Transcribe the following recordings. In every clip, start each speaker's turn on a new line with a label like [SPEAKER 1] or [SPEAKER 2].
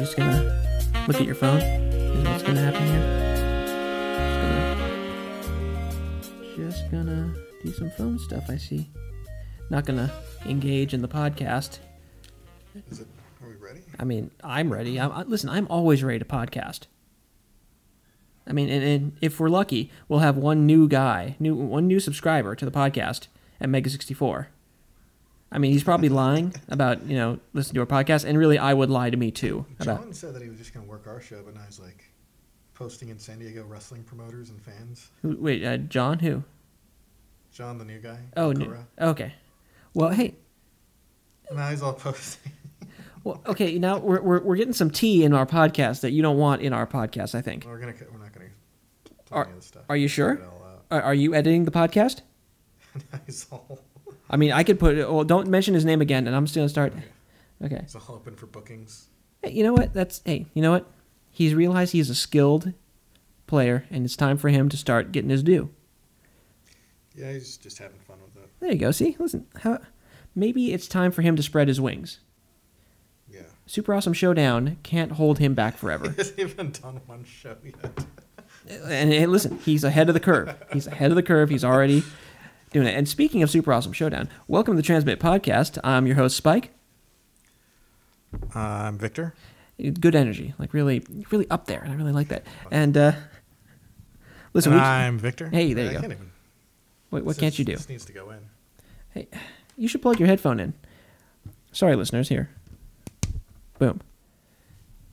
[SPEAKER 1] just gonna look at your phone. Is what's gonna happen here? Just gonna, just gonna do some phone stuff. I see. Not gonna engage in the podcast.
[SPEAKER 2] Is it? Are we ready?
[SPEAKER 1] I mean, I'm ready. I'm, I, listen, I'm always ready to podcast. I mean, and, and if we're lucky, we'll have one new guy, new one new subscriber to the podcast at Mega sixty four. I mean, he's probably lying about you know listening to our podcast, and really, I would lie to me too about
[SPEAKER 2] John said that he was just going to work our show, but now he's like posting in San Diego wrestling promoters and fans.
[SPEAKER 1] who, wait, uh, John who?
[SPEAKER 2] John, the new guy.
[SPEAKER 1] Oh, no,
[SPEAKER 2] Okura.
[SPEAKER 1] okay. Well, hey,
[SPEAKER 2] Now he's all posting.
[SPEAKER 1] well, okay. Now we're, we're we're getting some tea in our podcast that you don't want in our podcast. I think.
[SPEAKER 2] we're gonna. cut- We're not gonna. Play
[SPEAKER 1] Are,
[SPEAKER 2] any of this stuff.
[SPEAKER 1] are you sure?
[SPEAKER 2] Cut it all out.
[SPEAKER 1] Are, are you editing the podcast?
[SPEAKER 2] now he's all.
[SPEAKER 1] I mean, I could put. Well, don't mention his name again, and I'm still gonna start. Okay.
[SPEAKER 2] He's all open for bookings.
[SPEAKER 1] Hey, you know what? That's hey. You know what? He's realized he's a skilled player, and it's time for him to start getting his due.
[SPEAKER 2] Yeah, he's just having fun with it.
[SPEAKER 1] There you go. See, listen. How, maybe it's time for him to spread his wings.
[SPEAKER 2] Yeah.
[SPEAKER 1] Super Awesome Showdown can't hold him back forever.
[SPEAKER 2] He hasn't even done one show yet.
[SPEAKER 1] and hey, listen, he's ahead of the curve. He's ahead of the curve. He's already doing it. And speaking of Super Awesome Showdown, welcome to the Transmit Podcast. I'm your host Spike.
[SPEAKER 2] Uh, I'm Victor.
[SPEAKER 1] Good energy, like really, really up there, and I really like that. And uh, listen, we,
[SPEAKER 2] Victor.
[SPEAKER 1] Hey, there you go.
[SPEAKER 2] Can't even,
[SPEAKER 1] wait, what
[SPEAKER 2] this
[SPEAKER 1] can't
[SPEAKER 2] is-
[SPEAKER 1] you do?
[SPEAKER 2] This needs to go in.
[SPEAKER 1] Hey, you should plug your headphone in. Sorry, listeners. Here, boom.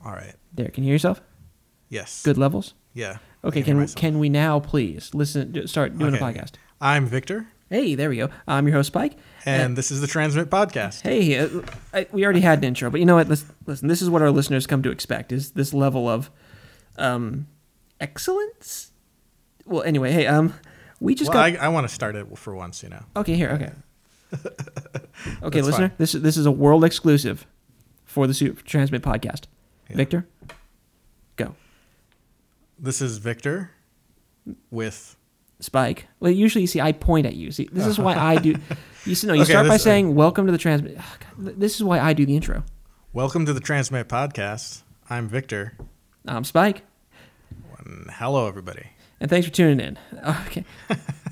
[SPEAKER 2] All right.
[SPEAKER 1] There, can you hear yourself?
[SPEAKER 2] Yes.
[SPEAKER 1] Good levels.
[SPEAKER 2] Yeah.
[SPEAKER 1] Okay, can can we now please listen? d- Start doing
[SPEAKER 2] Okay.
[SPEAKER 1] a podcast.
[SPEAKER 2] I'm Victor,
[SPEAKER 1] Hey, there we go. I'm your host Spike.
[SPEAKER 2] and this is the Transmit Podcast.
[SPEAKER 1] Hey, uh, I, we already had an intro, but you know what? Listen, listen, this is what our listeners come to expect: is this level of um, excellence. Well, anyway, hey, um, we just
[SPEAKER 3] Well,
[SPEAKER 1] got
[SPEAKER 3] I, I want to start it for once, you know.
[SPEAKER 1] Okay, here. Okay. Okay,
[SPEAKER 3] That's
[SPEAKER 1] listener.
[SPEAKER 3] fine.
[SPEAKER 1] This is this is a world exclusive for the Super Transmit podcast. Victor, go.
[SPEAKER 3] This is Victor with.
[SPEAKER 1] Spike. Well, usually you see I point at you. See, this is why I do. You see, no, you
[SPEAKER 3] Okay,
[SPEAKER 1] start by
[SPEAKER 3] this-
[SPEAKER 1] saying "Welcome to the Transmit." Ugh, God, th- this is why I do the intro.
[SPEAKER 3] Welcome to the Transmit Podcast. I'm Victor.
[SPEAKER 1] I'm Um, Spike,
[SPEAKER 3] And hello, everybody.
[SPEAKER 1] and thanks for tuning in. Okay.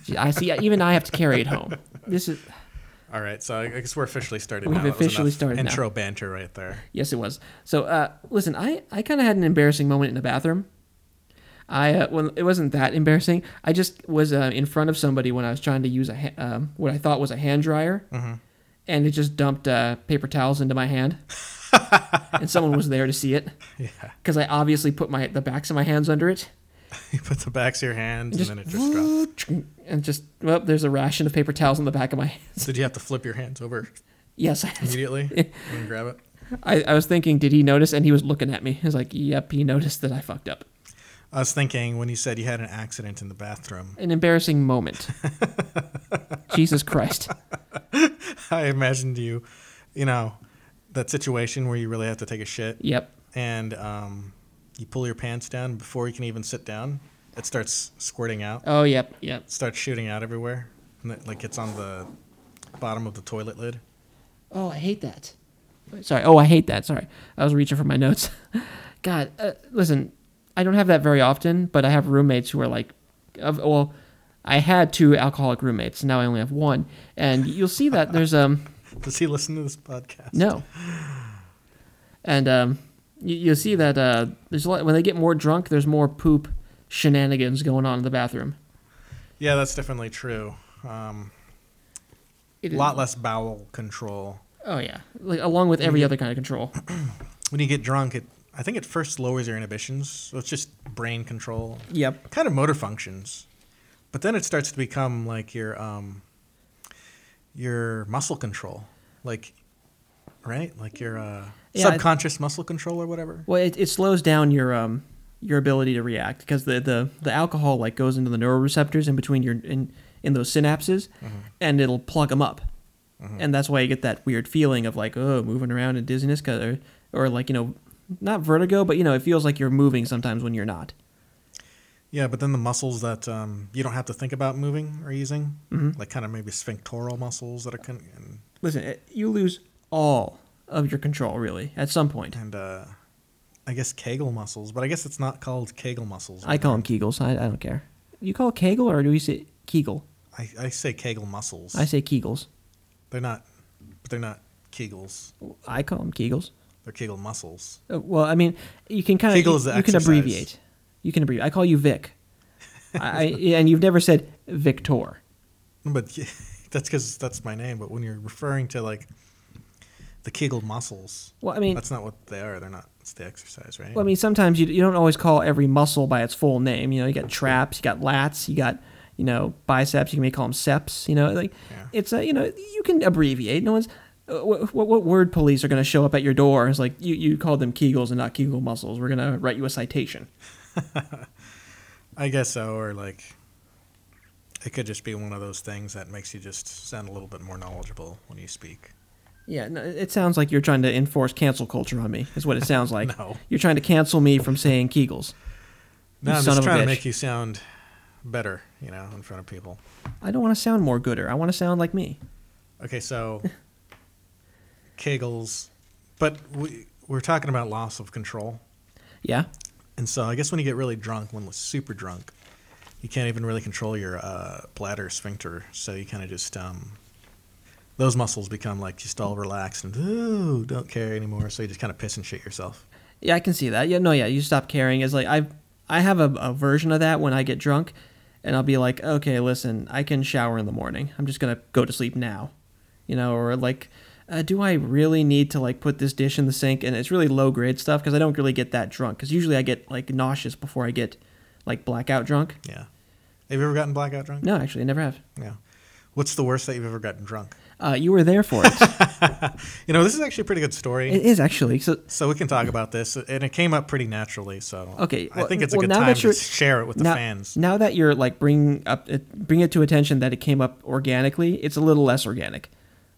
[SPEAKER 1] Gee, I see. Even I have to carry it home. This is
[SPEAKER 3] All right, so I I guess we're officially started
[SPEAKER 1] We've
[SPEAKER 3] now. That was
[SPEAKER 1] officially
[SPEAKER 3] enough
[SPEAKER 1] started now.
[SPEAKER 3] Intro banter right there.
[SPEAKER 1] yes, it was. So, uh, listen, I I kind of had an embarrassing moment in the bathroom. I uh, well, it wasn't that embarrassing. I just was uh, in front of somebody when I was trying to use a ha- um, what I thought was a hand dryer, and it just dumped uh, paper towels into my hand, and someone was there to see it. Yeah, because I obviously put my the backs of my hands under it,
[SPEAKER 3] You put the backs of your hands
[SPEAKER 1] Just-
[SPEAKER 3] and then it just drops.
[SPEAKER 1] and just well, there's a ration of paper towels on the back of my hands.
[SPEAKER 3] Did you have to flip your hands over
[SPEAKER 1] Yes,
[SPEAKER 3] immediately and grab it?
[SPEAKER 1] I, I was thinking, did he notice? And he was looking at me. He was like, "Yep, he noticed that I fucked up."
[SPEAKER 3] I was thinking when you said you had an accident in the bathroom,
[SPEAKER 1] An embarrassing moment. Jesus Christ.
[SPEAKER 3] I imagined you, you know, that situation where you really have to take a shit
[SPEAKER 1] Yep.
[SPEAKER 3] and um, you pull your pants down before you can even sit down. It starts squirting out.
[SPEAKER 1] Oh, yep. Yep.
[SPEAKER 3] starts shooting out everywhere. And it, like it's on the bottom of the toilet lid.
[SPEAKER 1] Oh, I hate that. Sorry. Oh, I hate that. Sorry. I was reaching for my notes. God, uh, listen, I don't have that very often, but I have roommates who are like, of, well, I had two alcoholic roommates. Now I only have one. And you'll see that there's, um,
[SPEAKER 3] Does he listen to this podcast?
[SPEAKER 1] no. And, um, you, you'll see that, uh, there's a lot, when they get more drunk, there's more poop shenanigans going on in the bathroom.
[SPEAKER 3] Yeah, that's definitely true. Um,
[SPEAKER 1] It
[SPEAKER 3] a
[SPEAKER 1] is-
[SPEAKER 3] lot less bowel control.
[SPEAKER 1] Oh yeah, like along with every other kind of control.
[SPEAKER 3] When you get drunk, it I think it first lowers your inhibitions. So it's just brain control,
[SPEAKER 1] Yep.
[SPEAKER 3] kind of motor functions. But then it starts to become like your um, your muscle control, like right, like your uh,
[SPEAKER 1] Yeah, I-
[SPEAKER 3] subconscious muscle control or whatever.
[SPEAKER 1] Well, it, it slows down your um your ability to react because the, the the alcohol like goes into the neuroreceptors in between your in in those synapses, and it'll plug them up, and that's why you get that weird feeling of like oh moving around and dizziness 'cause- or or like you know not vertigo but you know it feels like you're moving sometimes when you're not.
[SPEAKER 3] Yeah, but then the muscles that um, you don't have to think about moving or using,
[SPEAKER 1] Mm-hmm.
[SPEAKER 3] like kind of maybe sphinctoral muscles that are con- and,
[SPEAKER 1] Listen, it, you lose all of your control really at some point.
[SPEAKER 3] and uh, I guess Kegel muscles, but I guess it's not called Kegel muscles.
[SPEAKER 1] I call them Kegels. I, I don't care. You call it Kegel or do you say Kegel?
[SPEAKER 3] I, I say Kegel muscles.
[SPEAKER 1] I say Kegels.
[SPEAKER 3] They're not, but they're not Kegels.
[SPEAKER 1] I call them Kegels.
[SPEAKER 3] They're Kegel muscles.
[SPEAKER 1] Uh, Well, I mean, you can kind of
[SPEAKER 3] Kegel
[SPEAKER 1] you,
[SPEAKER 3] is the
[SPEAKER 1] you can
[SPEAKER 3] exercise.
[SPEAKER 1] abbreviate. You can abbreviate. I call you Vic. I, I- and you've never said Victor.
[SPEAKER 3] But that's because that's my name. But when you're referring to like the Kegel muscles,
[SPEAKER 1] Well, I mean,
[SPEAKER 3] that's not what they are. They're not. It's the exercise, right?
[SPEAKER 1] well, I mean, sometimes you, you don't always call every muscle by its full name. You know, you got traps, you got lats, you got you know biceps. You can may call them seps. You know, like
[SPEAKER 3] Yeah.
[SPEAKER 1] it's a you know you can abbreviate. No one's uh, what, what, what word police are going to show up at your door? It's like you, you called them Kegels and not Kegel muscles. We're going to write you a citation.
[SPEAKER 3] I guess so. Or like, it could just be one of those things that makes you just sound a little bit more knowledgeable when you speak.
[SPEAKER 1] Yeah, no, it it sounds like you're trying to enforce cancel culture on me. Is what it sounds like.
[SPEAKER 3] No.
[SPEAKER 1] You're trying to cancel me from saying Kegels.
[SPEAKER 3] No,
[SPEAKER 1] You
[SPEAKER 3] I'm
[SPEAKER 1] son
[SPEAKER 3] just
[SPEAKER 1] of a
[SPEAKER 3] trying to
[SPEAKER 1] bitch.
[SPEAKER 3] make you sound better, you know, in front of people.
[SPEAKER 1] I don't want to sound more gooder. I want to sound like me.
[SPEAKER 3] Okay, so Kegels, but we we're talking about loss of control,
[SPEAKER 1] Yeah.
[SPEAKER 3] and so I guess when you get really drunk, when we're super drunk, you can't even really control your uh, bladder sphincter, so you kind of just um, those muscles become like just all relaxed and ooh, don't care anymore. So you just kind of piss and shit yourself.
[SPEAKER 1] Yeah, I can see that. Yeah, no, yeah, you stop caring. It's like I, I have a, a version of that when I get drunk, and I'll be like, okay, listen, I can shower in the morning. I'm just gonna go to sleep now, you know, or like, uh, do I really need to like put this dish in the sink? And it's really low grade stuff because I don't really get that drunk. Because usually I get like nauseous before I get like blackout drunk.
[SPEAKER 3] Yeah. Have you ever gotten blackout drunk?
[SPEAKER 1] No, actually, I never have.
[SPEAKER 3] Yeah. What's the worst that you've ever gotten drunk?
[SPEAKER 1] Uh, you were there for it.
[SPEAKER 3] You know, this is actually a pretty good story.
[SPEAKER 1] it is actually. So
[SPEAKER 3] So we can talk about this, and it came up pretty naturally. So
[SPEAKER 1] Okay,
[SPEAKER 3] I
[SPEAKER 1] well-
[SPEAKER 3] think it's a
[SPEAKER 1] well,
[SPEAKER 3] good
[SPEAKER 1] now
[SPEAKER 3] time
[SPEAKER 1] that
[SPEAKER 3] to
[SPEAKER 1] you're-
[SPEAKER 3] share it with the
[SPEAKER 1] now,
[SPEAKER 3] fans.
[SPEAKER 1] now that you're like bringing up it, bring it to attention that it came up organically, it's a little less organic.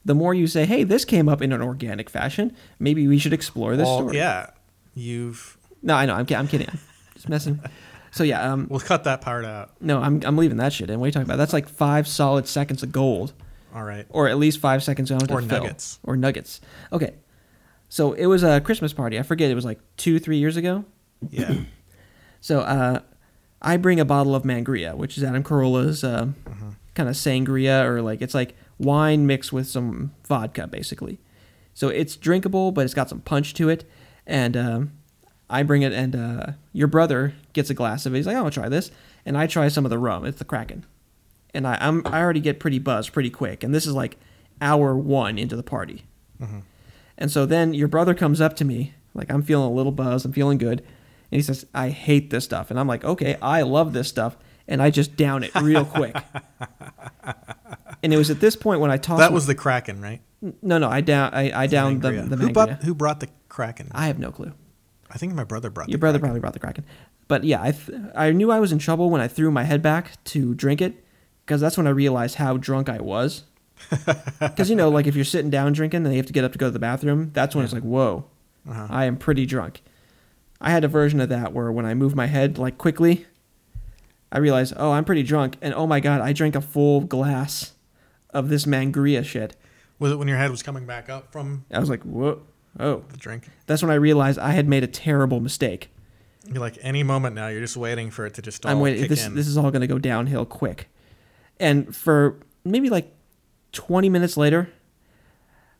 [SPEAKER 1] The more you say, "Hey, this came up in an organic fashion. Maybe we should explore this
[SPEAKER 3] Well,
[SPEAKER 1] story."
[SPEAKER 3] yeah, you've
[SPEAKER 1] No, I know. I'm, ki- I'm kidding. I'm just messing. So yeah, um,
[SPEAKER 3] we'll cut that part out.
[SPEAKER 1] no, I'm, I'm leaving that shit in. What are you talking about? That's like five solid seconds of gold,
[SPEAKER 3] All right.
[SPEAKER 1] or at least five seconds of
[SPEAKER 3] Or
[SPEAKER 1] fill.
[SPEAKER 3] nuggets.
[SPEAKER 1] or nuggets. Okay, so it was a Christmas party. I forget. It was like two, three years ago.
[SPEAKER 3] Yeah.
[SPEAKER 1] So uh, I bring a bottle of Mangria, which is Adam Carolla's uh, kind of sangria, or like it's like wine mixed with some vodka, basically. So it's drinkable, but it's got some punch to it. And um, I bring it, and uh, your brother gets a glass of it. He's like, "I want to try this," and I try some of the rum. It's the Kraken, and I, I'm I already get pretty buzzed pretty quick. And this is like hour one into the party.
[SPEAKER 3] Mm-hmm.
[SPEAKER 1] And so then your brother comes up to me, like I'm feeling a little buzzed, I'm feeling good, and he says, "I hate this stuff." And I'm like, "Okay, I love this stuff." And I just down it real quick. and it was at this point when I tossed
[SPEAKER 3] that was the Kraken, right?
[SPEAKER 1] No, no, I down I, I downed the
[SPEAKER 3] Mangria.
[SPEAKER 1] the
[SPEAKER 3] who,
[SPEAKER 1] mangria.
[SPEAKER 3] brought, who brought the Kraken? I,
[SPEAKER 1] I have no clue.
[SPEAKER 3] think my brother brought
[SPEAKER 1] Your
[SPEAKER 3] the
[SPEAKER 1] brother
[SPEAKER 3] Kraken.
[SPEAKER 1] probably brought the Kraken. But yeah, I, th- I knew I was in trouble when I threw my head back to drink it because that's when I realized how drunk I was. Because, you know, like if you're sitting down drinking and you have to get up to go to the bathroom, that's when it's like, whoa,
[SPEAKER 3] Uh-huh.
[SPEAKER 1] I am pretty drunk. I had a version of that where when I moved my head like quickly, I realized, oh, I'm pretty drunk. And oh my God, I drank a full glass of this mangria shit.
[SPEAKER 3] Was it when your head was coming back up from
[SPEAKER 1] I was like, whoa, oh.
[SPEAKER 3] the drink?
[SPEAKER 1] That's when I realized I had made a terrible mistake.
[SPEAKER 3] You're like any moment now. You're just waiting for it to just all
[SPEAKER 1] I'm waiting.
[SPEAKER 3] kick
[SPEAKER 1] This
[SPEAKER 3] in.
[SPEAKER 1] this is all going to go downhill quick. And for maybe like 20 minutes later,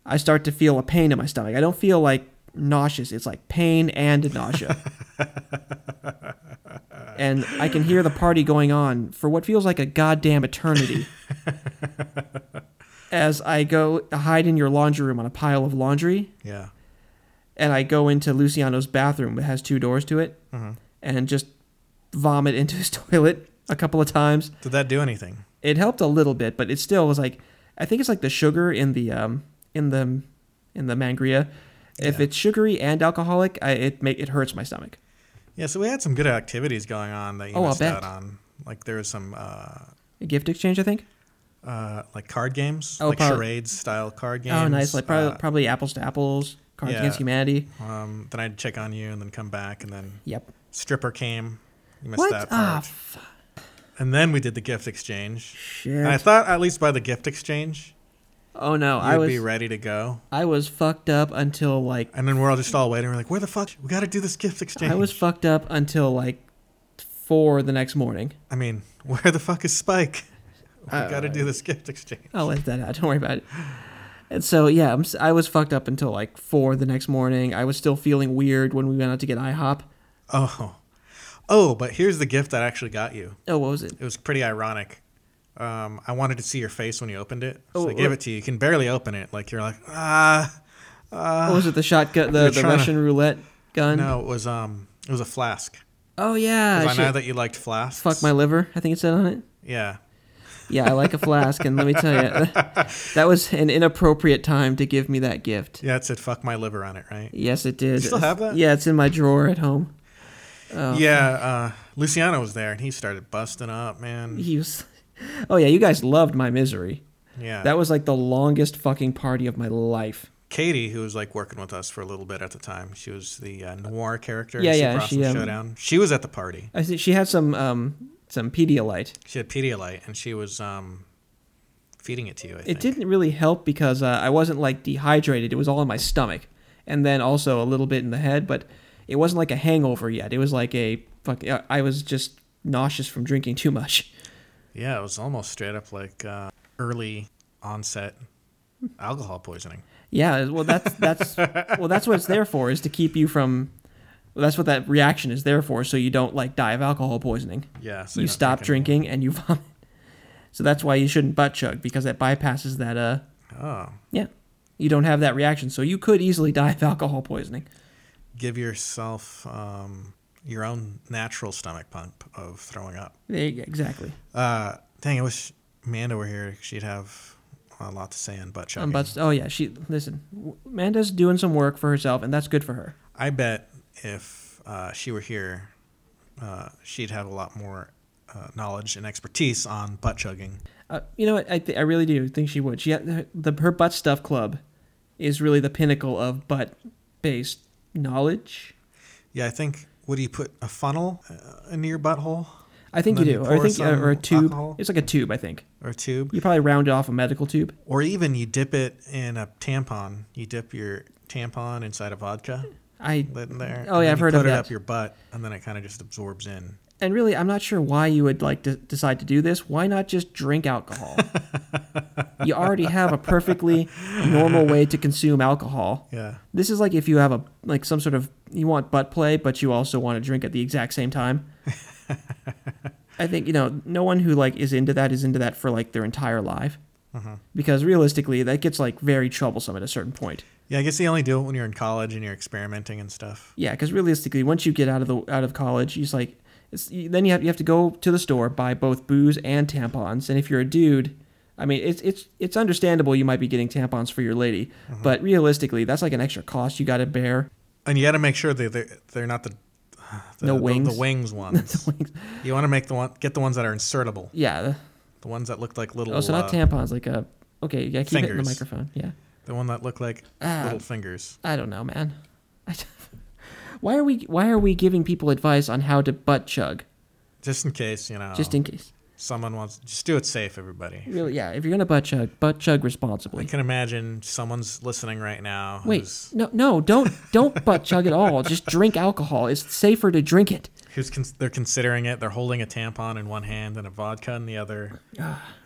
[SPEAKER 1] I start to feel a pain in my stomach. I don't feel like nauseous. It's like pain and nausea. and I can hear the party going on for what feels like a goddamn eternity. as I go hide in your laundry room on a pile of laundry
[SPEAKER 3] yeah.
[SPEAKER 1] and I go into Luciano's bathroom that has two doors to it
[SPEAKER 3] Mm-hmm.
[SPEAKER 1] and just vomit into his toilet a couple of times.
[SPEAKER 3] Did that do anything?
[SPEAKER 1] It helped a little bit, but it still was like I think it's like the sugar in the um in the in the mangria. If
[SPEAKER 3] Yeah.
[SPEAKER 1] it's sugary and alcoholic, I, it make it hurts my stomach.
[SPEAKER 3] Yeah. So we had some good activities going on that you
[SPEAKER 1] Oh, I'll
[SPEAKER 3] missed out
[SPEAKER 1] bet.
[SPEAKER 3] on. Like there was some. Uh,
[SPEAKER 1] A gift exchange, I think.
[SPEAKER 3] uh, like card games,
[SPEAKER 1] Oh,
[SPEAKER 3] like
[SPEAKER 1] prob-
[SPEAKER 3] charades style card games.
[SPEAKER 1] oh, nice. Like probably,
[SPEAKER 3] Uh,
[SPEAKER 1] probably apples to apples, Cards
[SPEAKER 3] yeah.
[SPEAKER 1] Against Humanity.
[SPEAKER 3] um, then I'd check on you and then come back, and then
[SPEAKER 1] Yep.
[SPEAKER 3] stripper came. You missed
[SPEAKER 1] What?
[SPEAKER 3] that
[SPEAKER 1] Ah,
[SPEAKER 3] part.
[SPEAKER 1] f-
[SPEAKER 3] and then we did the gift exchange.
[SPEAKER 1] shit.
[SPEAKER 3] And I thought at least by the gift exchange,
[SPEAKER 1] Oh no,
[SPEAKER 3] You'd
[SPEAKER 1] I was
[SPEAKER 3] be ready to go.
[SPEAKER 1] I was fucked up until like
[SPEAKER 3] And then we're all just all waiting. We're like, where the fuck? We got to do this gift exchange.
[SPEAKER 1] I was fucked up until like four the next morning.
[SPEAKER 3] I mean, where the fuck is Spike? We
[SPEAKER 1] Uh, oh.
[SPEAKER 3] got to do this gift exchange.
[SPEAKER 1] I'll let that out. Don't worry about it. And so yeah, I'm, s- I was fucked up until like four the next morning. I was still feeling weird when we went out to get IHOP.
[SPEAKER 3] Oh, oh, but here's the gift that I actually got you.
[SPEAKER 1] Oh, what was it?
[SPEAKER 3] It was pretty ironic. Um, I wanted to see your face when you opened it, so
[SPEAKER 1] Oh,
[SPEAKER 3] I gave
[SPEAKER 1] uh,
[SPEAKER 3] it to you. You can barely open it. Like you're like, ah,
[SPEAKER 1] What was it? The shotgun, the, the
[SPEAKER 3] trying to-
[SPEAKER 1] Russian roulette gun.
[SPEAKER 3] Ah. no. It was um, it was a flask. 'Cause
[SPEAKER 1] Oh yeah,
[SPEAKER 3] I
[SPEAKER 1] shit.
[SPEAKER 3] know that you liked flasks.
[SPEAKER 1] fuck my liver. I think it said on it.
[SPEAKER 3] Yeah.
[SPEAKER 1] Yeah, I like a flask, and let me tell you, that was an inappropriate time to give me that gift.
[SPEAKER 3] Yeah, it said "fuck my liver" on it, right?
[SPEAKER 1] Yes, it did.
[SPEAKER 3] You still have that?
[SPEAKER 1] Yeah, it's in my drawer at home. Oh.
[SPEAKER 3] yeah. Uh, Luciano was there, and he started busting up, man.
[SPEAKER 1] He was. Oh yeah, you guys loved my misery.
[SPEAKER 3] Yeah.
[SPEAKER 1] That was like the longest fucking party of my life.
[SPEAKER 3] Katie, who was like working with us for a little bit at the time, she was the uh, noir character.
[SPEAKER 1] Yeah,
[SPEAKER 3] in
[SPEAKER 1] yeah,
[SPEAKER 3] Super
[SPEAKER 1] she, um,
[SPEAKER 3] Awesome Showdown. She was at the party.
[SPEAKER 1] I see she had some um some Pedialyte.
[SPEAKER 3] She had Pedialyte, and she was um, feeding it to you. I
[SPEAKER 1] It
[SPEAKER 3] think.
[SPEAKER 1] didn't really help because uh, I wasn't like dehydrated. It was all in my stomach, and then also a little bit in the head. But it wasn't like a hangover yet. It was like a fuck. I I was just nauseous from drinking too much.
[SPEAKER 3] Yeah, it was almost straight up like uh, early onset alcohol poisoning.
[SPEAKER 1] Yeah, well that's that's well that's what it's there for is to keep you from. Well, that's what that reaction is there for, so you don't like die of alcohol poisoning.
[SPEAKER 3] Yeah, so
[SPEAKER 1] you
[SPEAKER 3] you're not
[SPEAKER 1] stop drinking and you vomit. So that's why you shouldn't butt chug because that bypasses that. Uh,
[SPEAKER 3] Oh,
[SPEAKER 1] yeah, you don't have that reaction, so you could easily die of alcohol poisoning.
[SPEAKER 3] give yourself um, your own natural stomach pump of throwing up.
[SPEAKER 1] There you go, exactly.
[SPEAKER 3] Uh, dang, I wish Amanda were here. She'd have a lot to say on butt chugging.
[SPEAKER 1] Um, but oh yeah, she listen. w- Amanda's doing some work for herself, and that's good for her.
[SPEAKER 3] I bet if uh, she were here, uh, she'd have a lot more uh, knowledge and expertise on butt chugging.
[SPEAKER 1] Uh, you know what? I th- I really do think she would. She had, her- the her butt stuff club is really the pinnacle of butt based knowledge.
[SPEAKER 3] Yeah, I think. What do you put a funnel uh, into your butthole
[SPEAKER 1] I think you
[SPEAKER 3] And
[SPEAKER 1] do,
[SPEAKER 3] then
[SPEAKER 1] or I
[SPEAKER 3] pour
[SPEAKER 1] think, uh, or a
[SPEAKER 3] some
[SPEAKER 1] tube.
[SPEAKER 3] alcohol?
[SPEAKER 1] It's like a tube, I think.
[SPEAKER 3] or a tube,
[SPEAKER 1] You probably round off a medical tube.
[SPEAKER 3] or even you dip it in a tampon? You dip your tampon inside a vodka,
[SPEAKER 1] I
[SPEAKER 3] let in there.
[SPEAKER 1] Oh,
[SPEAKER 3] and
[SPEAKER 1] yeah,
[SPEAKER 3] then
[SPEAKER 1] I've
[SPEAKER 3] you
[SPEAKER 1] heard
[SPEAKER 3] put
[SPEAKER 1] of
[SPEAKER 3] it
[SPEAKER 1] that.
[SPEAKER 3] up your butt, and then it kind of just absorbs in.
[SPEAKER 1] and really, I'm not sure why you would like to decide to do this. Why not just drink alcohol? you already have a perfectly normal way to consume alcohol.
[SPEAKER 3] Yeah,
[SPEAKER 1] This is like if you have a like some sort of you want butt play, but you also want to drink at the exact same time. I think you know no one who like is into that is into that for like their entire life, because realistically that gets like very troublesome at a certain point.
[SPEAKER 3] yeah. I guess you only do it when you're in college and you're experimenting and stuff.
[SPEAKER 1] Yeah, because realistically, once you get out of the out of college, you just like it's, you- then you have you have to go to the store buy both booze and tampons. And if you're a dude, I mean, it's it's it's understandable you might be getting tampons for your lady, but realistically, that's like an extra cost you got to bear.
[SPEAKER 3] And you got to make sure they they're, they're not the, the
[SPEAKER 1] No
[SPEAKER 3] the-
[SPEAKER 1] wings.
[SPEAKER 3] the wings ones. You want to make the one get the ones that are insertable,
[SPEAKER 1] Yeah.
[SPEAKER 3] the ones that look like little.
[SPEAKER 1] Oh, so
[SPEAKER 3] uh,
[SPEAKER 1] not tampons, like a okay. Yeah, keep hitting the
[SPEAKER 3] Fingers.
[SPEAKER 1] microphone. Yeah.
[SPEAKER 3] The one that looked like
[SPEAKER 1] Ah.
[SPEAKER 3] little fingers.
[SPEAKER 1] I don't know, man. I don't- why are we why are we giving people advice on how to butt chug?
[SPEAKER 3] Just in case, you know,
[SPEAKER 1] Just in case.
[SPEAKER 3] someone wants, just do it safe, everybody.
[SPEAKER 1] Really, yeah. If you're gonna butt chug, butt chug
[SPEAKER 3] I
[SPEAKER 1] responsibly.
[SPEAKER 3] can imagine someone's listening right now.
[SPEAKER 1] Wait,
[SPEAKER 3] who's,
[SPEAKER 1] no, no, don't, don't butt chug at all. Just drink alcohol. It's safer to drink it.
[SPEAKER 3] who's con- they're considering it. They're holding a tampon in one hand and a vodka in the other.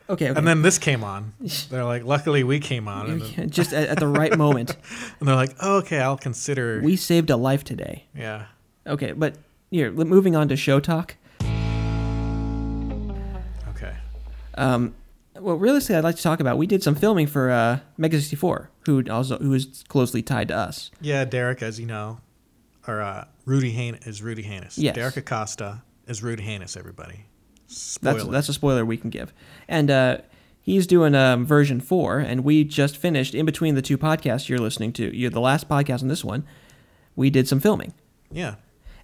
[SPEAKER 1] Okay, okay.
[SPEAKER 3] And then this came on. They're like, luckily we came on, and, then,
[SPEAKER 1] just at, at the right moment.
[SPEAKER 3] and they're like, oh, okay, I'll consider.
[SPEAKER 1] We saved a life today.
[SPEAKER 3] yeah.
[SPEAKER 1] Okay, but here, l- moving on to show talk.
[SPEAKER 3] Okay.
[SPEAKER 1] Well, realistically, I'd like to talk about. We did some filming for uh, Mega sixty four, who also who is closely tied to us.
[SPEAKER 3] Yeah, Derek, as you know, or uh, Rudy Hain is Rudy Hanus.
[SPEAKER 1] Yes.
[SPEAKER 3] Derek Acosta is Rudy Hanus. Everybody. Spoiler.
[SPEAKER 1] That's that's a spoiler we can give. And uh, he's doing um, version four, and we just finished in between the two podcasts you're listening to. You're the last podcast on this one. We did some filming.
[SPEAKER 3] yeah.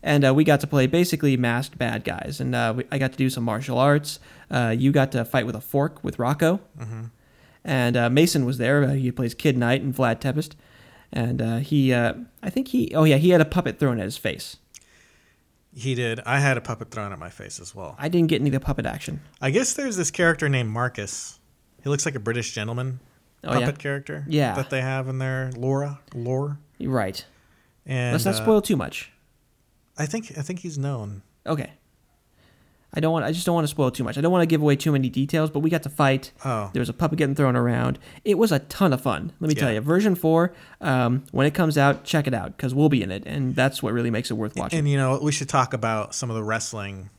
[SPEAKER 1] and uh, we got to play basically masked bad guys. And uh, we, I got to do some martial arts. Uh, you got to fight with a fork with Rocco,
[SPEAKER 3] Mm-hmm.
[SPEAKER 1] and uh, Mason was there. Uh, he plays Kid Knight and Vlad Tepest, and uh, he, uh, I think he, oh yeah, he had a puppet thrown at his face.
[SPEAKER 3] He did. I had a puppet thrown at my face as well.
[SPEAKER 1] I didn't get any of the puppet action.
[SPEAKER 3] I guess there's this character named Marcus. He looks like a British gentleman.
[SPEAKER 1] Oh
[SPEAKER 3] puppet character
[SPEAKER 1] Yeah.
[SPEAKER 3] that they have in there, Laura, lore.
[SPEAKER 1] yeah, You're right.
[SPEAKER 3] And
[SPEAKER 1] Let's not
[SPEAKER 3] uh,
[SPEAKER 1] spoil too much.
[SPEAKER 3] I think I think he's known.
[SPEAKER 1] Okay. I don't want. I just don't want to spoil too much. I don't want to give away too many details. But we got to fight.
[SPEAKER 3] Oh.
[SPEAKER 1] There was a puppet getting thrown around. It was a ton of fun. Let me tell
[SPEAKER 3] Yeah.
[SPEAKER 1] you. Version four. Um, when it comes out, check it out because we'll be in it, and that's what really makes it worth watching.
[SPEAKER 3] And you know, we should talk about some of the wrestling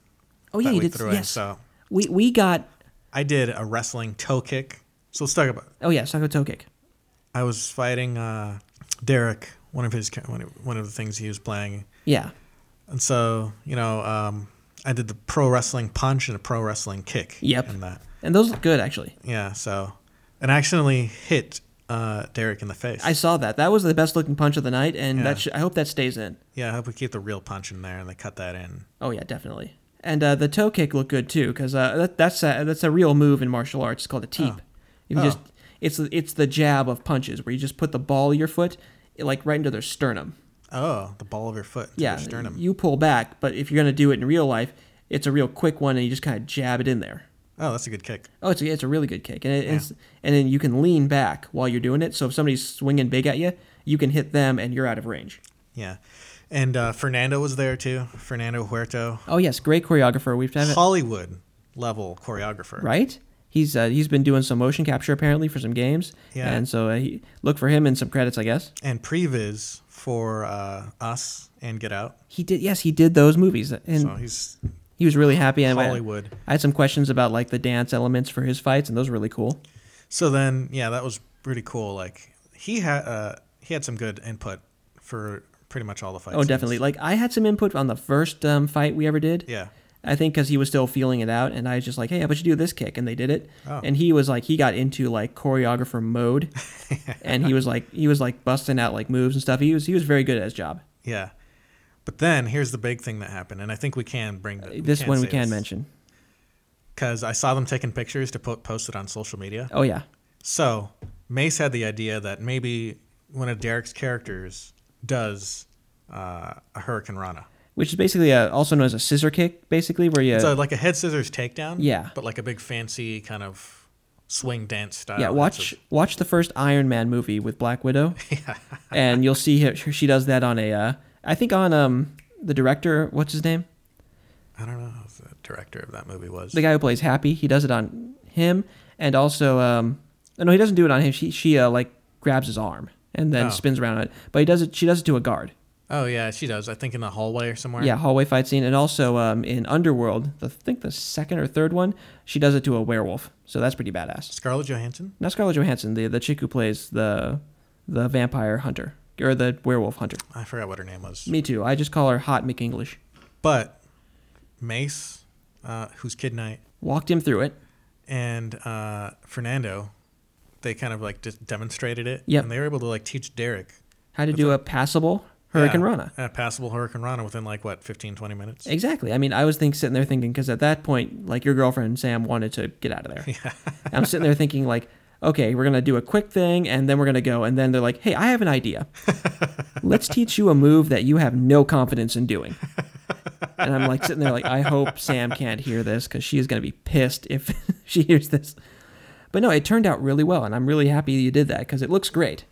[SPEAKER 1] oh yeah,
[SPEAKER 3] that
[SPEAKER 1] you
[SPEAKER 3] we
[SPEAKER 1] did.
[SPEAKER 3] threw in.
[SPEAKER 1] Yes.
[SPEAKER 3] So
[SPEAKER 1] We we got.
[SPEAKER 3] I did a wrestling toe kick. So let's talk about.
[SPEAKER 1] Oh yeah, Sako Toe Kick.
[SPEAKER 3] I was fighting uh, Derek, one of his ca- one of, one of the things he was playing,
[SPEAKER 1] Yeah.
[SPEAKER 3] and so you know, um, I did the pro wrestling punch and a pro wrestling kick.
[SPEAKER 1] Yep.
[SPEAKER 3] And that,
[SPEAKER 1] And those look good actually.
[SPEAKER 3] yeah. So, and I accidentally hit uh, Derek in the face.
[SPEAKER 1] I saw that. That was the best looking punch of the night, and
[SPEAKER 3] Yeah.
[SPEAKER 1] that sh- I hope that stays in.
[SPEAKER 3] yeah, I hope we keep the real punch in there and they cut that in.
[SPEAKER 1] Oh yeah, definitely. And uh, the toe kick looked good too, because uh, that, that's a, that's a real move in martial arts. It's called a teep. You
[SPEAKER 3] Oh.
[SPEAKER 1] just it's it's the jab of punches where you just put the ball of your foot like right into their sternum.
[SPEAKER 3] Oh, the ball of your foot, into
[SPEAKER 1] Yeah,
[SPEAKER 3] your sternum.
[SPEAKER 1] You pull back, but if you're gonna do it in real life, it's a real quick one, and you just kind of jab it in there.
[SPEAKER 3] oh, that's a good kick.
[SPEAKER 1] Oh, it's a, it's a really good kick, and it, it's, and then you can lean back while you're doing it. So if somebody's swinging big at you, you can hit them, and you're out of range.
[SPEAKER 3] Yeah, and uh, Fernando was there too. Fernando Huerto,
[SPEAKER 1] Oh yes, great choreographer. We've had
[SPEAKER 3] Hollywood level choreographer.
[SPEAKER 1] right? He's uh, he's been doing some motion capture apparently for some games,
[SPEAKER 3] Yeah.
[SPEAKER 1] and so uh, he, look for him in some credits, I guess.
[SPEAKER 3] and previs for uh, us and Get Out.
[SPEAKER 1] He did, yes, he did those movies, and
[SPEAKER 3] So he's
[SPEAKER 1] he was really happy. And I-
[SPEAKER 3] Hollywood.
[SPEAKER 1] I had some questions about like the dance elements for his fights, and those were really cool.
[SPEAKER 3] So then, yeah, that was pretty cool. Like he had uh, he had some good input for pretty much all the fights.
[SPEAKER 1] Oh, definitely. Like I had some input on the first um, fight we ever did.
[SPEAKER 3] Yeah.
[SPEAKER 1] I think because he was still feeling it out, and I was just like, "Hey, how about you do this kick?" And they did it,
[SPEAKER 3] Oh.
[SPEAKER 1] and he was like, he got into like choreographer mode, and he was like, he was like busting out like moves and stuff. He was he was very good at his job.
[SPEAKER 3] Yeah. But then here's the big thing that happened, and I think we can bring the,
[SPEAKER 1] Uh, This one we can mention.
[SPEAKER 3] because I saw them taking pictures to put post it on social media.
[SPEAKER 1] Oh yeah,
[SPEAKER 3] So Mace had the idea that maybe one of Derek's characters does uh, a Hurricane Rana.
[SPEAKER 1] which is basically a, also known as a scissor kick, basically where you
[SPEAKER 3] So like a head scissors takedown.
[SPEAKER 1] Uh, Yeah.
[SPEAKER 3] But like a big fancy kind of swing dance style.
[SPEAKER 1] yeah
[SPEAKER 3] uh, It's
[SPEAKER 1] watch watch the first Iron Man movie with Black Widow, and you'll see her, she does that on a uh, I think on um the director what's his name
[SPEAKER 3] a- I don't know who the director of that movie was.
[SPEAKER 1] the guy who plays Happy he does it on him and also um no he doesn't do it on him she she uh, like grabs his arm and then
[SPEAKER 3] Oh.
[SPEAKER 1] spins around it but he does it she does it to a guard
[SPEAKER 3] oh yeah, she does. I think in the hallway or somewhere.
[SPEAKER 1] yeah hallway fight scene and also um in Underworld the, I think the second or third one she does it to a werewolf so that's pretty badass.
[SPEAKER 3] Scarlett Johansson.
[SPEAKER 1] not Scarlett Johansson, the the chick who plays the the vampire hunter or the werewolf hunter.
[SPEAKER 3] I forgot what her name was.
[SPEAKER 1] Me too. I just call her Hot McEnglish.
[SPEAKER 3] But Mace, uh, who's Kid Knight,
[SPEAKER 1] Walked him through it.
[SPEAKER 3] and uh, Fernando, they kind of like just demonstrated it.
[SPEAKER 1] Yep.
[SPEAKER 3] And they were able to like teach Derek
[SPEAKER 1] How to do a passable Hurricane
[SPEAKER 3] yeah,
[SPEAKER 1] Rana.
[SPEAKER 3] A passable Hurricane Rana within like what 15, 20 minutes.
[SPEAKER 1] Exactly. I mean, I was think, sitting there thinking because at that point, like your girlfriend Sam wanted to get out of there. And I'm sitting there thinking like, okay, we're gonna do a quick thing and then we're gonna go. And then they're like, hey, I have an idea. Let's teach you a move that you have no confidence in doing. And I'm like sitting there like, I hope Sam can't hear this because she is gonna be pissed if she hears this. But no, it turned out really well, and I'm really happy you did that because it looks great.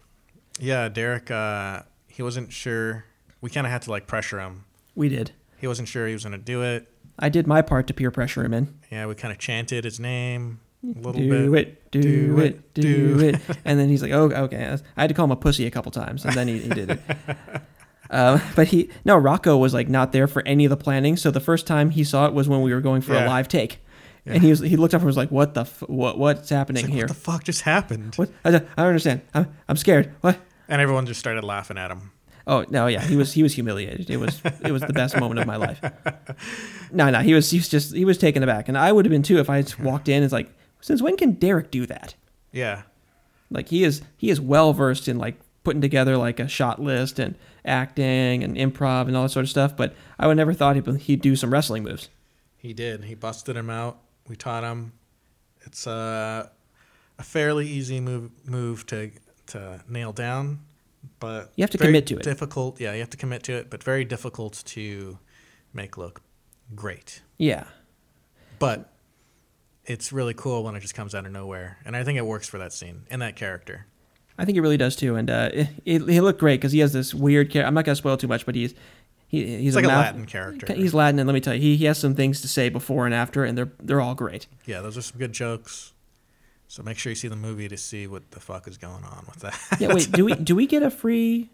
[SPEAKER 3] Yeah, Derek, uh, he wasn't sure. We kind of had to like pressure him.
[SPEAKER 1] We did.
[SPEAKER 3] He wasn't sure he was going to do it.
[SPEAKER 1] I did my part to peer pressure him in.
[SPEAKER 3] Yeah, we kind of chanted his name a little
[SPEAKER 1] do
[SPEAKER 3] bit.
[SPEAKER 1] it, do,
[SPEAKER 3] Do
[SPEAKER 1] it,
[SPEAKER 3] it,
[SPEAKER 1] do
[SPEAKER 3] do
[SPEAKER 1] it. And then he's like, oh, okay. I had to call him a pussy a couple times, and then he, he did it. Um, but he, no, Rocco was like not there for any of the planning. So the first time he saw it was when we were going for a
[SPEAKER 3] Yeah.
[SPEAKER 1] live take, and he was he looked up and was like, what the f- what what's happening
[SPEAKER 3] It's like,
[SPEAKER 1] here?
[SPEAKER 3] what the fuck just happened?
[SPEAKER 1] what I, don't- I don't understand. I'm, I'm scared. What?
[SPEAKER 3] And everyone just started laughing at him.
[SPEAKER 1] Oh no, yeah, he was he was humiliated. It was it was the best moment of my life. No, no, he was he was just he was taken aback, and I would have been too if I had walked in. It's like, since when can Derek do that?
[SPEAKER 3] Yeah.
[SPEAKER 1] Like he is he is well versed in like putting together like a shot list and acting and improv and all that sort of stuff. But I would never thought he'd, he'd do some wrestling moves.
[SPEAKER 3] He did. He busted him out. We taught him. It's uh, a fairly easy move move to to nail down, but
[SPEAKER 1] You have to
[SPEAKER 3] very
[SPEAKER 1] commit to it.
[SPEAKER 3] Difficult. Yeah, you have to commit to it, but very difficult to make look great.
[SPEAKER 1] Yeah,
[SPEAKER 3] But it's really cool when it just comes out of nowhere, and I think it works for that scene and that character.
[SPEAKER 1] I think it really does too, and uh, it, it, he looked great because he has this weird. Char- I'm not gonna spoil too much, but he's he, he's
[SPEAKER 3] It's like a
[SPEAKER 1] mouth-
[SPEAKER 3] Latin character.
[SPEAKER 1] He's Latin, and let me tell you, he, he has some things to say before and after, and they're they're all great.
[SPEAKER 3] Yeah, those are some good jokes. So make sure you see the movie to see what the fuck is going on with that.
[SPEAKER 1] Yeah, wait, do we do we get a free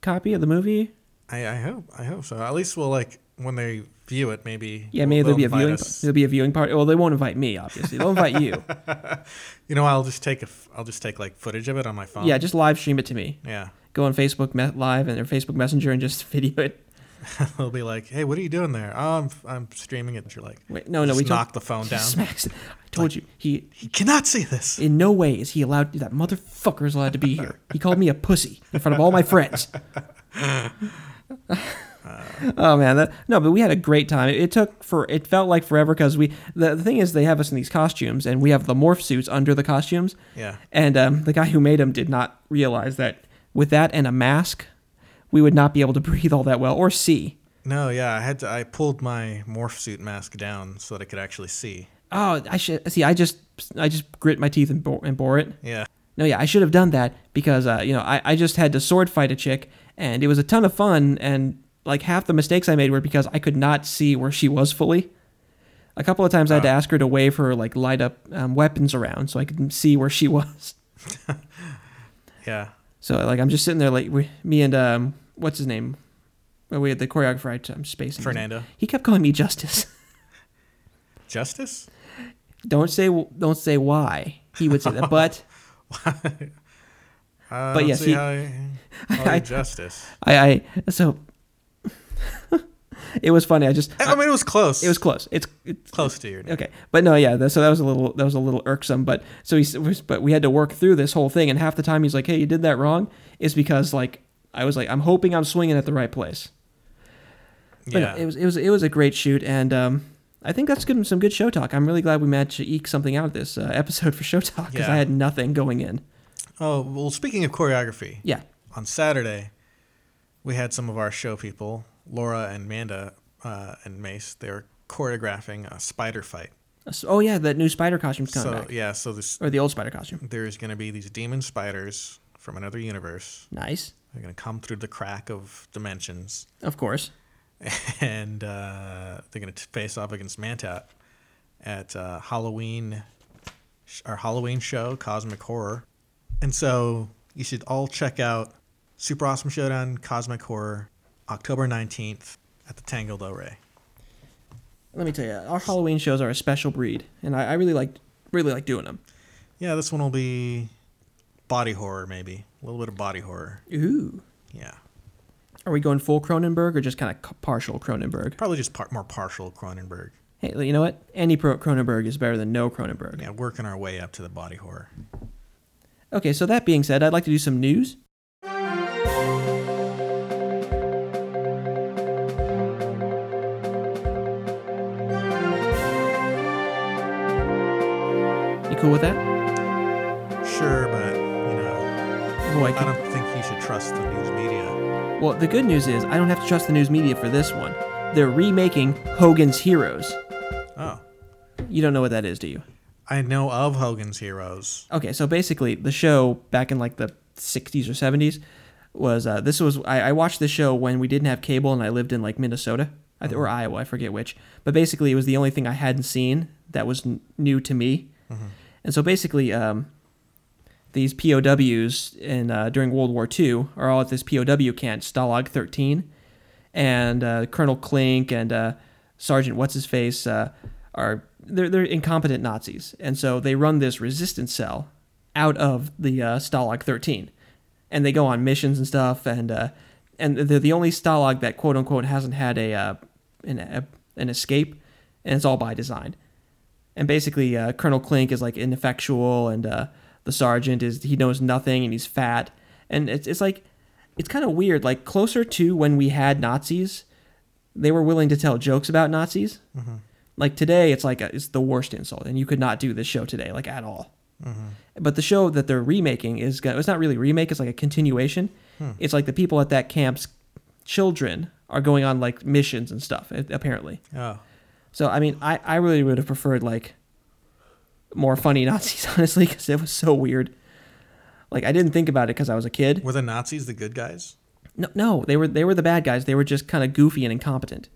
[SPEAKER 1] copy of the movie?
[SPEAKER 3] I, I hope I hope so. At least we'll like when they view it, maybe.
[SPEAKER 1] Yeah, maybe
[SPEAKER 3] they'll
[SPEAKER 1] there'll be a
[SPEAKER 3] invite
[SPEAKER 1] viewing.
[SPEAKER 3] us.
[SPEAKER 1] There'll be a viewing party. Well, they won't invite me, obviously. They'll invite you.
[SPEAKER 3] You know, I'll just take a f- I'll just take like footage of it on my phone.
[SPEAKER 1] yeah, just live stream it to me.
[SPEAKER 3] yeah.
[SPEAKER 1] Go on Facebook me- Live and or Facebook Messenger and just video it.
[SPEAKER 3] They'll be like, "Hey, what are you doing there?" Oh, I'm I'm streaming it. You're like,
[SPEAKER 1] Wait, no, no,
[SPEAKER 3] just
[SPEAKER 1] we
[SPEAKER 3] knock
[SPEAKER 1] talked.
[SPEAKER 3] the phone down.
[SPEAKER 1] Smacks. it. I told you he.
[SPEAKER 3] He cannot see this.
[SPEAKER 1] In no way is he allowed. That motherfucker is allowed to be here. He called me a pussy in front of all my friends. oh man, that, no, but we had a great time. It, it took for it felt like forever because we. The, the thing is, they have us in these costumes, and we have the morph suits under the costumes.
[SPEAKER 3] Yeah.
[SPEAKER 1] And um, the guy who made them did not realize that with that and a mask, we would not be able to breathe all that well or see.
[SPEAKER 3] No, yeah, I had to. I pulled my morph suit mask down so that I could actually see.
[SPEAKER 1] Oh, I should see. I just I just grit my teeth and bore, and bore it.
[SPEAKER 3] Yeah,
[SPEAKER 1] No, yeah, I should have done that because uh, you know I, I just had to sword fight a chick and it was a ton of fun and like half the mistakes I made were because I could not see where she was fully. A couple of times I had to ask her to wave her like light up um, weapons around so I could see where she was.
[SPEAKER 3] yeah.
[SPEAKER 1] So like I'm just sitting there like we, me and um what's his name? Well, we had the choreographer. I- I'm spacing. his name.
[SPEAKER 3] Fernando.
[SPEAKER 1] He kept calling me Justice.
[SPEAKER 3] Justice?
[SPEAKER 1] don't say don't say why he would say that, but
[SPEAKER 3] I
[SPEAKER 1] But
[SPEAKER 3] don't
[SPEAKER 1] yes,
[SPEAKER 3] see
[SPEAKER 1] he-
[SPEAKER 3] how you- how
[SPEAKER 1] I-
[SPEAKER 3] you justice.
[SPEAKER 1] I, I so it was funny. I just
[SPEAKER 3] I, I mean, it was close.
[SPEAKER 1] it was close. It's it's
[SPEAKER 3] close to your name.
[SPEAKER 1] okay, but no, yeah. that- So that was a little that was a little irksome, but so he s- but we had to work through this whole thing, and half the time he's like, "Hey, you did that wrong," is because like I was like, I'm hoping I'm swinging at the right place. But
[SPEAKER 3] Yeah,
[SPEAKER 1] it was it was it was a great shoot, and um, I think that's good, some good show talk. I'm really glad we managed to eke something out of this uh, episode for show talk because
[SPEAKER 3] Yeah.
[SPEAKER 1] I had nothing going in.
[SPEAKER 3] Oh, well, speaking of choreography,
[SPEAKER 1] Yeah,
[SPEAKER 3] on Saturday, we had some of our show people, Laura and Manda uh, and Mace, they were choreographing a spider fight.
[SPEAKER 1] So- oh yeah, that new spider costume's coming
[SPEAKER 3] so,
[SPEAKER 1] back,
[SPEAKER 3] yeah, so this,
[SPEAKER 1] or the old spider costume.
[SPEAKER 3] there's going to be these demon spiders from another universe.
[SPEAKER 1] Nice,
[SPEAKER 3] They're going to come through the crack of dimensions,
[SPEAKER 1] of course.
[SPEAKER 3] and uh, they're going to face off against Manta at uh, Halloween, sh- our Halloween show, Cosmic Horror. And so you should all check out Super Awesome Showdown Cosmic Horror, October 19th at the Tango Del Rey.
[SPEAKER 1] Let me tell you, our Halloween shows are a special breed, and I, I really like really like doing them.
[SPEAKER 3] Yeah, this one will be body horror, maybe. A little bit of body horror.
[SPEAKER 1] Ooh,
[SPEAKER 3] Yeah.
[SPEAKER 1] are we going full Cronenberg or just kind of partial Cronenberg?
[SPEAKER 3] Probably just par- more partial Cronenberg.
[SPEAKER 1] Hey, you know what? Any pro Cronenberg is better than no Cronenberg.
[SPEAKER 3] Yeah, working our way up to the body horror.
[SPEAKER 1] Okay, so that being said, I'd like to do some news. You cool with that?
[SPEAKER 3] Sure, but, you know,
[SPEAKER 1] Boy, I
[SPEAKER 3] I
[SPEAKER 1] can-
[SPEAKER 3] don't think you should trust the news media.
[SPEAKER 1] well, the good news is I don't have to trust the news media for this one. They're remaking Hogan's Heroes.
[SPEAKER 3] Oh,
[SPEAKER 1] You don't know what that is, do you?
[SPEAKER 3] I know of Hogan's Heroes.
[SPEAKER 1] Okay, so basically, the show back in like the 60s or 70s was uh, this was I, I watched the show when we didn't have cable and I lived in like Minnesota I th- or Iowa, I forget which. But basically, it was the only thing I hadn't seen that was n- new to me. And so basically, um, these POWs in uh, during World War II are all at this POW camp, Stalag 13, and uh, Colonel Klink and uh, Sergeant What's His Face uh, are they're, they're incompetent Nazis, and so they run this resistance cell out of the uh, Stalag 13, and they go on missions and stuff, and uh, and they're the only Stalag that quote unquote hasn't had a uh, an, a, an escape, and it's all by design and basically uh, Colonel Klink is like ineffectual, and uh, the sergeant is he knows nothing, and he's fat, and it's it's like it's kind of weird. Like closer to when we had Nazis, they were willing to tell jokes about Nazis. Like today, it's like a, it's the worst insult, and you could not do this show today, like at all. But the show that they're remaking is go- it's not really a remake; it's like a continuation. It's like the people at that camp's children are going on like missions and stuff, a- apparently.
[SPEAKER 3] Oh,
[SPEAKER 1] So I mean, I, I really would have preferred like more funny Nazis, honestly, because it was so weird. Like I didn't think about it because I was a kid.
[SPEAKER 3] Were the Nazis the good guys?
[SPEAKER 1] No, no, they were they were the bad guys. They were just kind of goofy and incompetent.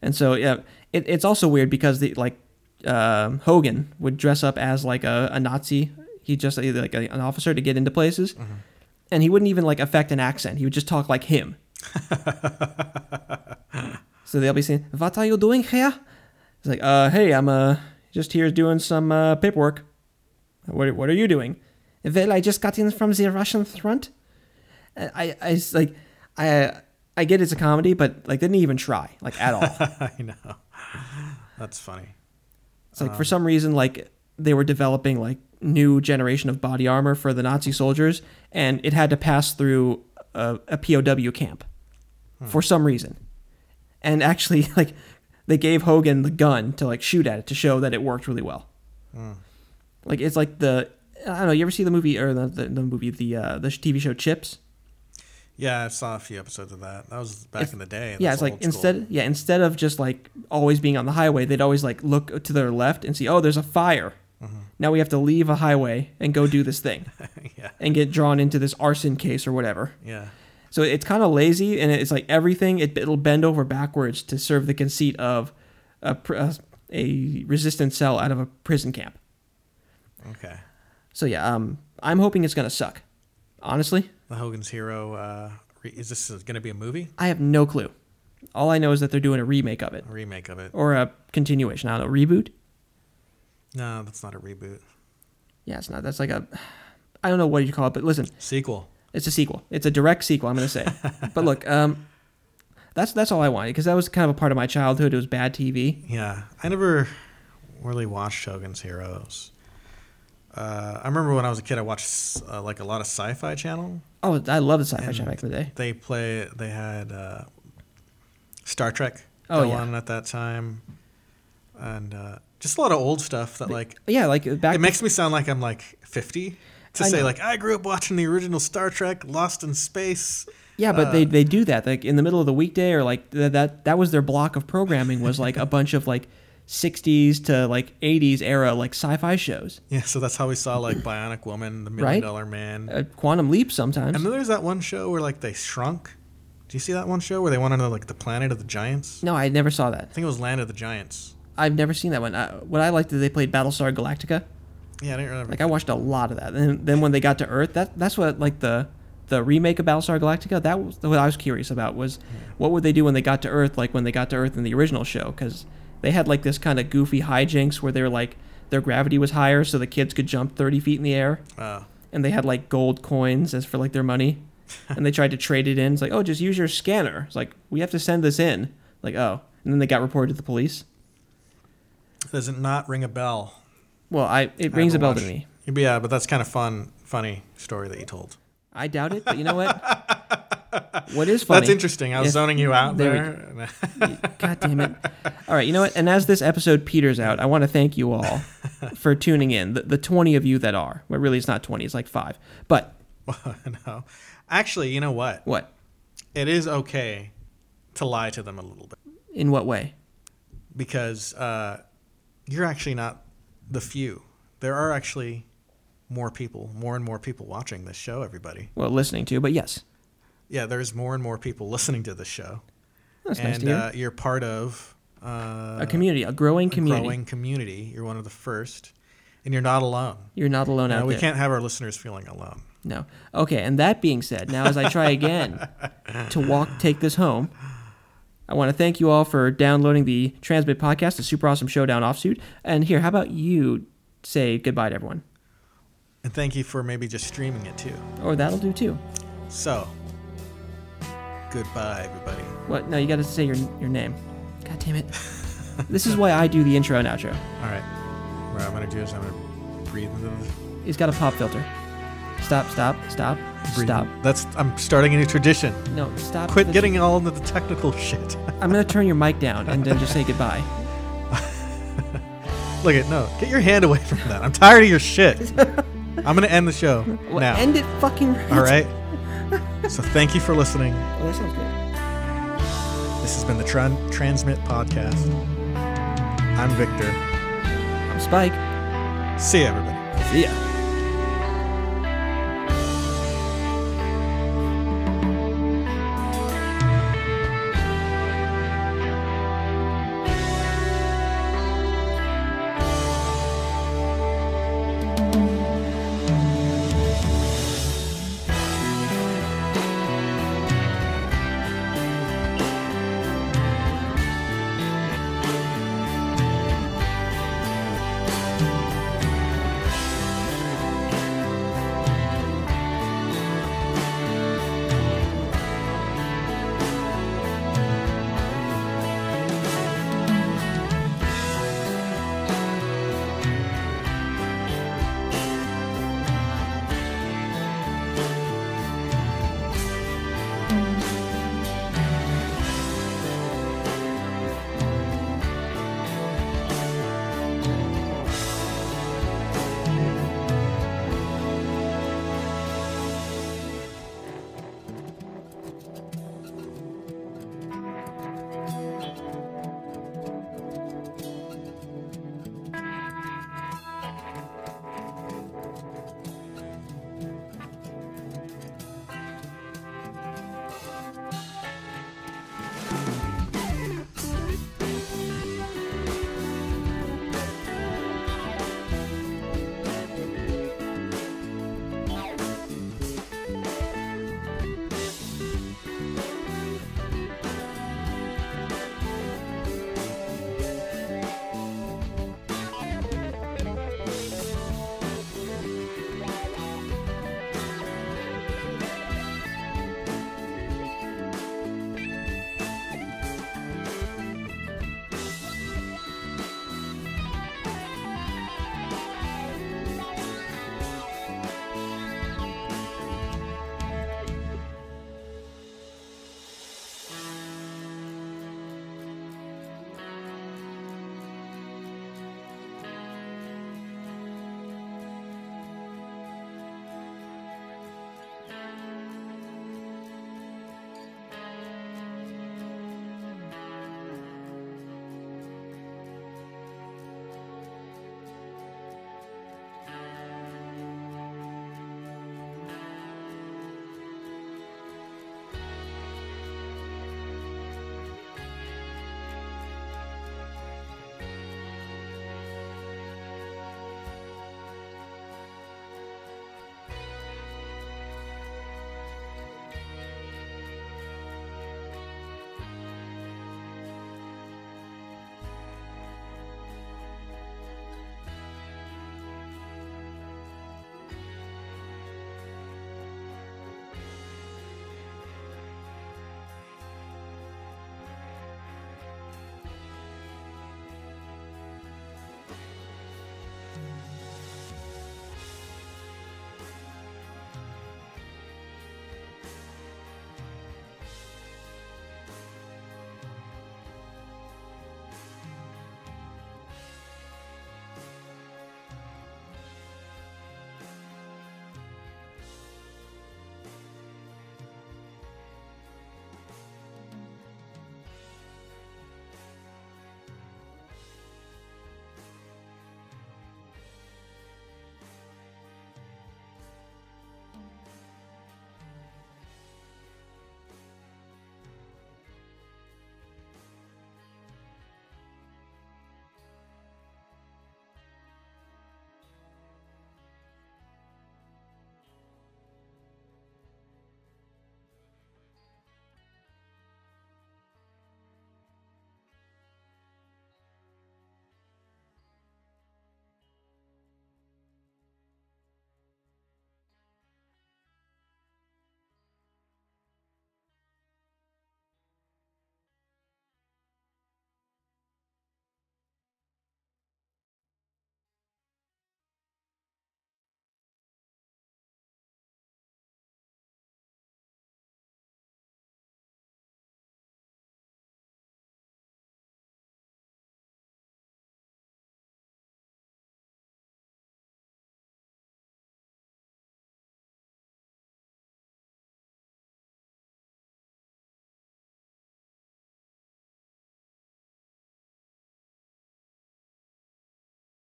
[SPEAKER 1] And so yeah, it, it's also weird because the like um Hogan would dress up as like a, a Nazi. He just like a, an officer to get into places, and he wouldn't even like affect an accent. He would just talk like him. so they'll be saying, "What are you doing here?" It's like, "Uh, hey, I'm uh just here doing some uh, paperwork. What what are you doing?" Well, I just got in from the Russian front. I, I it's like, I, I get it's a comedy, but like they didn't even try, like at all.
[SPEAKER 3] I know. That's funny.
[SPEAKER 1] it's like for some reason, like they were developing like new generation of body armor for the Nazi soldiers, and it had to pass through a, a POW camp for some reason. And actually, like they gave Hogan the gun to like shoot at it to show that it worked really well. Like it's like the I don't know. You ever see the movie or the the, the movie the uh, the TV show Chips?
[SPEAKER 3] Yeah, I saw a few episodes of that. That was back
[SPEAKER 1] It's-
[SPEAKER 3] in the day.
[SPEAKER 1] yeah,
[SPEAKER 3] That's
[SPEAKER 1] it's like
[SPEAKER 3] old school.
[SPEAKER 1] instead, yeah, instead of just like always being on the highway, they'd always like look to their left and see, oh, there's a fire.
[SPEAKER 3] Mm-hmm.
[SPEAKER 1] Now we have to leave a highway and go do this thing
[SPEAKER 3] yeah,
[SPEAKER 1] and get drawn into this arson case or whatever.
[SPEAKER 3] yeah,
[SPEAKER 1] So it's kind of lazy and it's like everything it, it'll bend over backwards to serve the conceit of a, pr- a, a resistance cell out of a prison camp.
[SPEAKER 3] okay.
[SPEAKER 1] So yeah, um, I'm hoping it's gonna suck. Honestly,
[SPEAKER 3] The Hogan's Hero. Uh, re- is this going to be a movie?
[SPEAKER 1] I have no clue. All I know is that they're doing a remake of it
[SPEAKER 3] A remake of it?
[SPEAKER 1] or a continuation. I don't know, reboot.
[SPEAKER 3] No, that's not a reboot.
[SPEAKER 1] Yeah, it's not. That's like a. I don't know what you call it, but listen,
[SPEAKER 3] Sequel.
[SPEAKER 1] it's a sequel. It's a direct sequel. I'm gonna say. but look, um, that's that's all I wanted because that was kind of a part of my childhood. It was bad TV.
[SPEAKER 3] Yeah, I never really watched Hogan's Heroes. Uh, I remember when I was a kid, I watched uh, like a lot of Sci-Fi Channel.
[SPEAKER 1] Oh, I love the sci-fi
[SPEAKER 3] And
[SPEAKER 1] show back in the day.
[SPEAKER 3] They play. They had uh, Star Trek
[SPEAKER 1] Oh,
[SPEAKER 3] going
[SPEAKER 1] yeah.
[SPEAKER 3] on at that time, and uh, just a lot of old stuff that like
[SPEAKER 1] Yeah, like uh, back.
[SPEAKER 3] it makes me sound like I'm like 50 to
[SPEAKER 1] I
[SPEAKER 3] say
[SPEAKER 1] know.
[SPEAKER 3] like I grew up watching the original Star Trek, Lost in Space.
[SPEAKER 1] yeah, but they they do that like in the middle of the weekday or like th- that that was their block of programming was like a bunch of like 60s to like 80s era like sci-fi shows.
[SPEAKER 3] Yeah, so that's how we saw like Bionic Woman, The
[SPEAKER 1] Right.
[SPEAKER 3] Million Dollar Man.
[SPEAKER 1] Uh, Quantum Leap sometimes.
[SPEAKER 3] And then there's that one show where like they shrunk. Do you see that one show where they went on like the planet of the giants?
[SPEAKER 1] no, I never saw that.
[SPEAKER 3] I think it was Land of the Giants.
[SPEAKER 1] I've never seen that one. Uh, what I liked is they played Battlestar Galactica.
[SPEAKER 3] Yeah, I didn't remember.
[SPEAKER 1] Like I watched a lot of that. And then when they got to Earth, that that's what like the the remake of Battlestar Galactica. That was what I was curious about was
[SPEAKER 3] Hmm.
[SPEAKER 1] what would they do when they got to Earth? Like when they got to Earth in the original show, because they had like this kind of goofy hijinks where they were like their gravity was higher, so the kids could jump thirty feet in the air,
[SPEAKER 3] Oh,
[SPEAKER 1] and they had like gold coins as for like their money, and they tried to trade it in. It's like oh, just use your scanner. It's like we have to send this in. Like oh, and then they got reported to the police.
[SPEAKER 3] does it not ring a bell?
[SPEAKER 1] Well, I it rings a
[SPEAKER 3] haven't
[SPEAKER 1] bell to
[SPEAKER 3] watched.
[SPEAKER 1] me.
[SPEAKER 3] Yeah, but that's kind of fun, funny story that you told.
[SPEAKER 1] I doubt it, but you know what? what is funny?
[SPEAKER 3] That's interesting. I was
[SPEAKER 1] Yeah.
[SPEAKER 3] zoning you out
[SPEAKER 1] There we
[SPEAKER 3] there.
[SPEAKER 1] God damn it. All right, you know what? And as this episode peters out, I want to thank you all for tuning in. The, the 20 of you that are. Well, really, it's not 20, it's like five. But
[SPEAKER 3] no, actually, you know what?
[SPEAKER 1] what?
[SPEAKER 3] It is okay to lie to them a little bit
[SPEAKER 1] In what way?
[SPEAKER 3] because uh, you're actually not the few. There are actually more people, more and more people watching this show. Everybody.
[SPEAKER 1] Well, listening to, but yes.
[SPEAKER 3] yeah, there's more and more people listening to this show,
[SPEAKER 1] That's
[SPEAKER 3] and
[SPEAKER 1] nice to hear.
[SPEAKER 3] uh, you're part of uh,
[SPEAKER 1] a community, a growing
[SPEAKER 3] a
[SPEAKER 1] community.
[SPEAKER 3] growing community. You're one of the first, and you're not alone.
[SPEAKER 1] You're not alone
[SPEAKER 3] Now,
[SPEAKER 1] out
[SPEAKER 3] we
[SPEAKER 1] there.
[SPEAKER 3] can't have our listeners feeling alone.
[SPEAKER 1] No. Okay, and that being said, now as I try again to walk, take this home, I want to thank you all for downloading the Transmit podcast, the super awesome showdown offsuit. And here, how about you say goodbye to everyone?
[SPEAKER 3] And thank you for maybe just streaming it too.
[SPEAKER 1] Or Oh, that'll do too.
[SPEAKER 3] So, goodbye, everybody.
[SPEAKER 1] What? No, you got to say your your name. God damn it! this is why I do the intro and outro.
[SPEAKER 3] All right, what I'm gonna do is I'm gonna breathe into the
[SPEAKER 1] He's got a pop filter. Stop! Stop! Stop!
[SPEAKER 3] breathe.
[SPEAKER 1] Stop!
[SPEAKER 3] That's I'm starting a new tradition.
[SPEAKER 1] No, stop!
[SPEAKER 3] Quit
[SPEAKER 1] This-
[SPEAKER 3] getting all into the technical shit.
[SPEAKER 1] I'm gonna turn your mic down and then just say goodbye.
[SPEAKER 3] Look at no. Get your hand away from that. I'm tired of your shit. I'm gonna end the show
[SPEAKER 1] Well,
[SPEAKER 3] now.
[SPEAKER 1] End it fucking. Right.
[SPEAKER 3] All right. so thank you for listening.
[SPEAKER 1] Oh, that sounds good.
[SPEAKER 3] This has been the Tran- Transmit Podcast. I'm Victor.
[SPEAKER 1] I'm Spike.
[SPEAKER 3] And
[SPEAKER 4] See you, everybody.
[SPEAKER 3] See ya.